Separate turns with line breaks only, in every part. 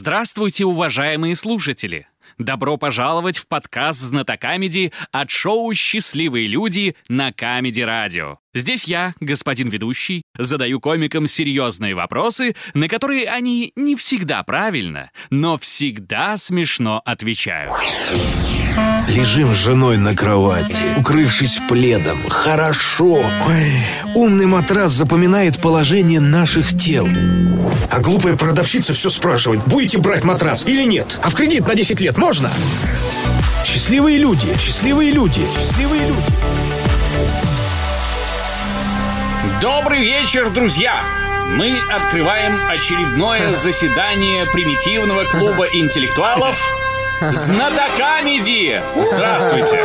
Здравствуйте, уважаемые слушатели! Добро пожаловать в подкаст «Знатокамеди» от шоу «Счастливые люди» на Камеди Радио. Здесь я, господин ведущий, задаю комикам серьезные вопросы, на которые они не всегда правильно, но всегда смешно отвечают.
Лежим с женой на кровати, укрывшись пледом. Хорошо. Ой, умный матрас запоминает положение наших тел.
А глупая продавщица все спрашивает, будете брать матрас или нет? А в кредит на 10 лет можно? Счастливые люди, счастливые люди, счастливые люди.
Добрый вечер, друзья! Мы открываем очередное заседание примитивного клуба интеллектуалов Знатокамеди! Здравствуйте!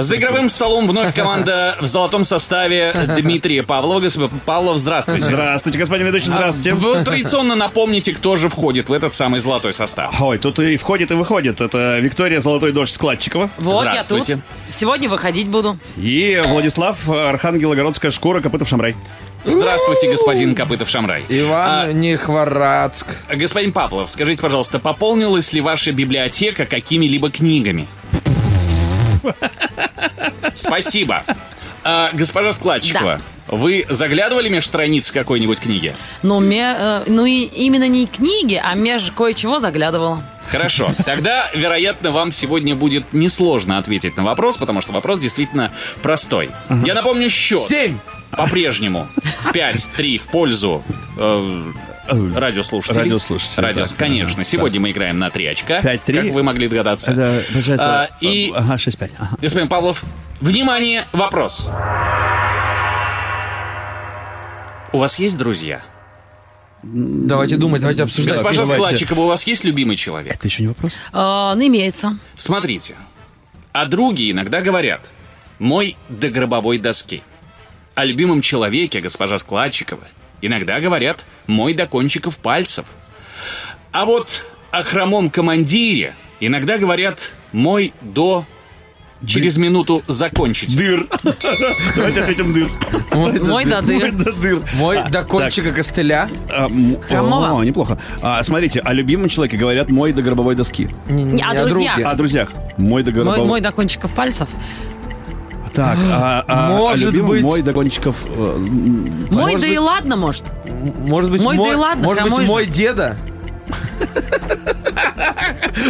За игровым столом вновь команда в золотом составе Дмитрия Павлова. Господин Павлов, здравствуйте.
Здравствуйте, господин ведущий, здравствуйте.
Вы традиционно напомните, кто же входит в этот самый золотой состав.
Ой, тут и входит, и выходит. Это Виктория Золотой Дождь Складчикова
Вот я тут.
Здравствуйте.
Сегодня выходить буду.
и Владислав э, Архангелогородская шкура Копытов Шамрай.
Здравствуйте, господин Копытов-Шамрай.
Ну, Иван Нехворацк.
Господин Павлов, скажите, пожалуйста, пополнилась ли ваша библиотека какими-либо книгами? Спасибо. А, госпожа Складчикова, вы заглядывали меж страниц какой-нибудь книги?
Ну, ме- э, ну и именно не книги, а меж кое-чего заглядывала.
Хорошо. Тогда, вероятно, вам сегодня будет несложно ответить на вопрос, потому что вопрос действительно простой. Я напомню счет.
Семь.
По-прежнему. 5-3 в пользу э, радиослушателей.
Радиослушателей,
Радио-
да.
Конечно. Сегодня мы играем на 3 очка.
5-3.
Как вы могли догадаться. А, и,
э, Ага, 6-5. Ага.
господин Павлов, внимание, вопрос. У вас есть друзья?
Давайте думать, давайте обсуждать.
Госпожа
Давайте.
Складчикова, а у вас есть любимый человек?
Это еще не вопрос?
Э, ну, имеется.
Смотрите, а други иногда говорят «мой до гробовой доски». О любимом человеке, госпожа Складчикова, иногда говорят «мой до кончиков пальцев». А вот о хромом командире иногда говорят «мой до...» Через минуту закончить.
Дыр. Давайте ответим дыр.
Мой
Ой,
дады.
да дыр.
Мой
А,
до кончика костыля.
так, а, м,
Хромова.
О, неплохо. А, смотрите, о любимом человеке говорят мой до гробовой доски.
Не, не
а
о
друзья?
друге.
О друзьях. Мой до
Мой,
гробовой...
мой до кончиков пальцев.
Так, а, а, о
Может
любимом
быть.
мой до кончиков... э, м,
Мой
может
да и
быть-
ладно, может.
Может быть,
Мой,
мой,
да и ладно,
может
кому
быть,
же?
мой деда.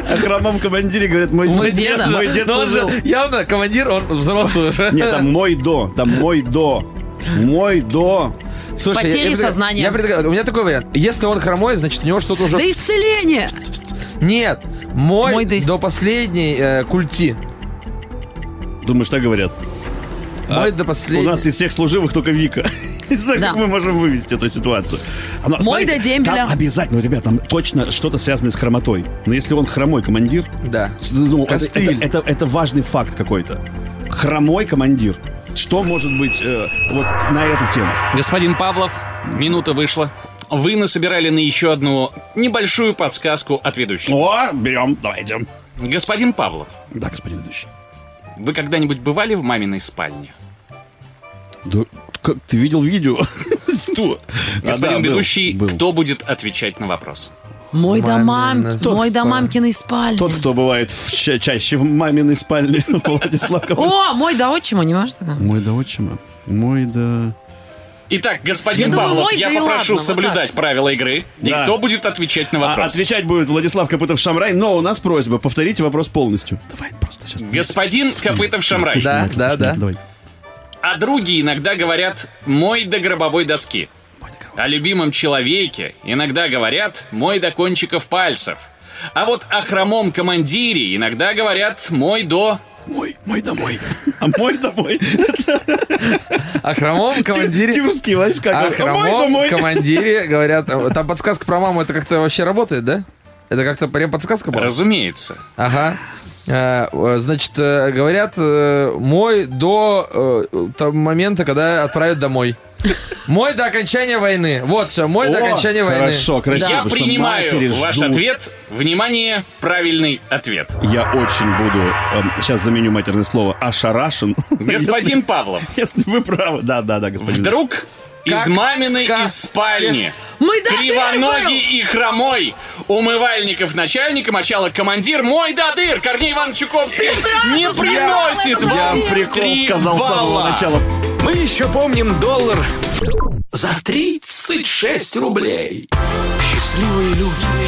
О хромом командире говорят мой,
Мой деда.
Мой дед
Но он
служил.
же явно командир, он взрослый уже.
Нет, там мой до, там мой до. Мой до.
Слушай,
Потери
предлагаю-
сознания.
я предлагаю- у меня такой вариант. Если он хромой, значит у него что-то уже...
Да исцеление!
Нет, мой,
Мой да-
до последней э, культи.
Думаешь, так говорят?
Мой до
А, У
последней...
нас из всех служивых только Вика. Не знаю,
Да.
как мы можем вывести эту ситуацию. Но,
Мой до дембеля.
Там обязательно, ну, ребят, там точно что-то связанное с хромотой. Но если он хромой командир,
Да.
ну, это,
Костыль.
это- это- это важный факт какой-то. Хромой командир. Что может быть э, вот на эту тему?
Господин Павлов, минута вышла. Вы насобирали на еще одну небольшую подсказку от ведущего.
О, берем, давайте.
Господин Павлов,
Да, господин ведущий.
вы когда-нибудь бывали в маминой спальне?
Да, как ты видел видео? Что?
Господин
А, да, был,
ведущий,
был.
кто будет отвечать на вопрос?
Мой до мам...
Мамина
Мой до
спальня.
мамкиной спальни.
Тот, кто бывает в ча- чаще в маминой спальне Владислав Копытов.
О, мой до отчима, не может такое?
Мой до отчима. Мой до...
Итак, господин
Я думаю,
Павлов,
мой,
я
да и
попрошу
ладно, вот
соблюдать правила игры. И
Да.
кто будет отвечать на
А,
вопрос?
отвечать будет Владислав Копытов-Шамрай, но у нас просьба, повторите вопрос полностью. Давай просто сейчас...
Господин Копытов-Шамрай,
Да. да.
Давай.
а други иногда говорят «мой до гробовой доски». О любимом человеке иногда говорят «мой до кончиков пальцев». А вот о хромом командире иногда говорят «мой до...»
Мой, мой домой. А мой домой.
О хромом командире...
Тюркские войска.
О
говорят, «А Мой
хромом
домой.
командире говорят... э, Там подсказка про маму, это как-то вообще работает, да? Это как-то прям подсказка была?
Разумеется.
Ага. Э, э, Значит, э, говорят, э, мой до э, того момента, когда отправят домой. Мой до окончания войны. Вот все, мой до
О,
окончания войны.
Хорошо, красиво.
Я
потому что
принимаю
матери
ваш
ждут.
ответ. Внимание, правильный ответ.
Я очень буду, сейчас заменю матерное слово, ошарашен.
Господин Павлов,
Если вы правы. Да, да, да, господин.
вдруг из
Как
маминой
ска-
из спальни.
Мы да,
Кривоногий и хромой. Умывальников начальника мочала командир. Мой дадыр! Корней Иванович Чуковский не приносит
сказала,
вам
это
прикол
сказал с самого начала.
Мы еще помним доллар за 36 рублей. Счастливые люди.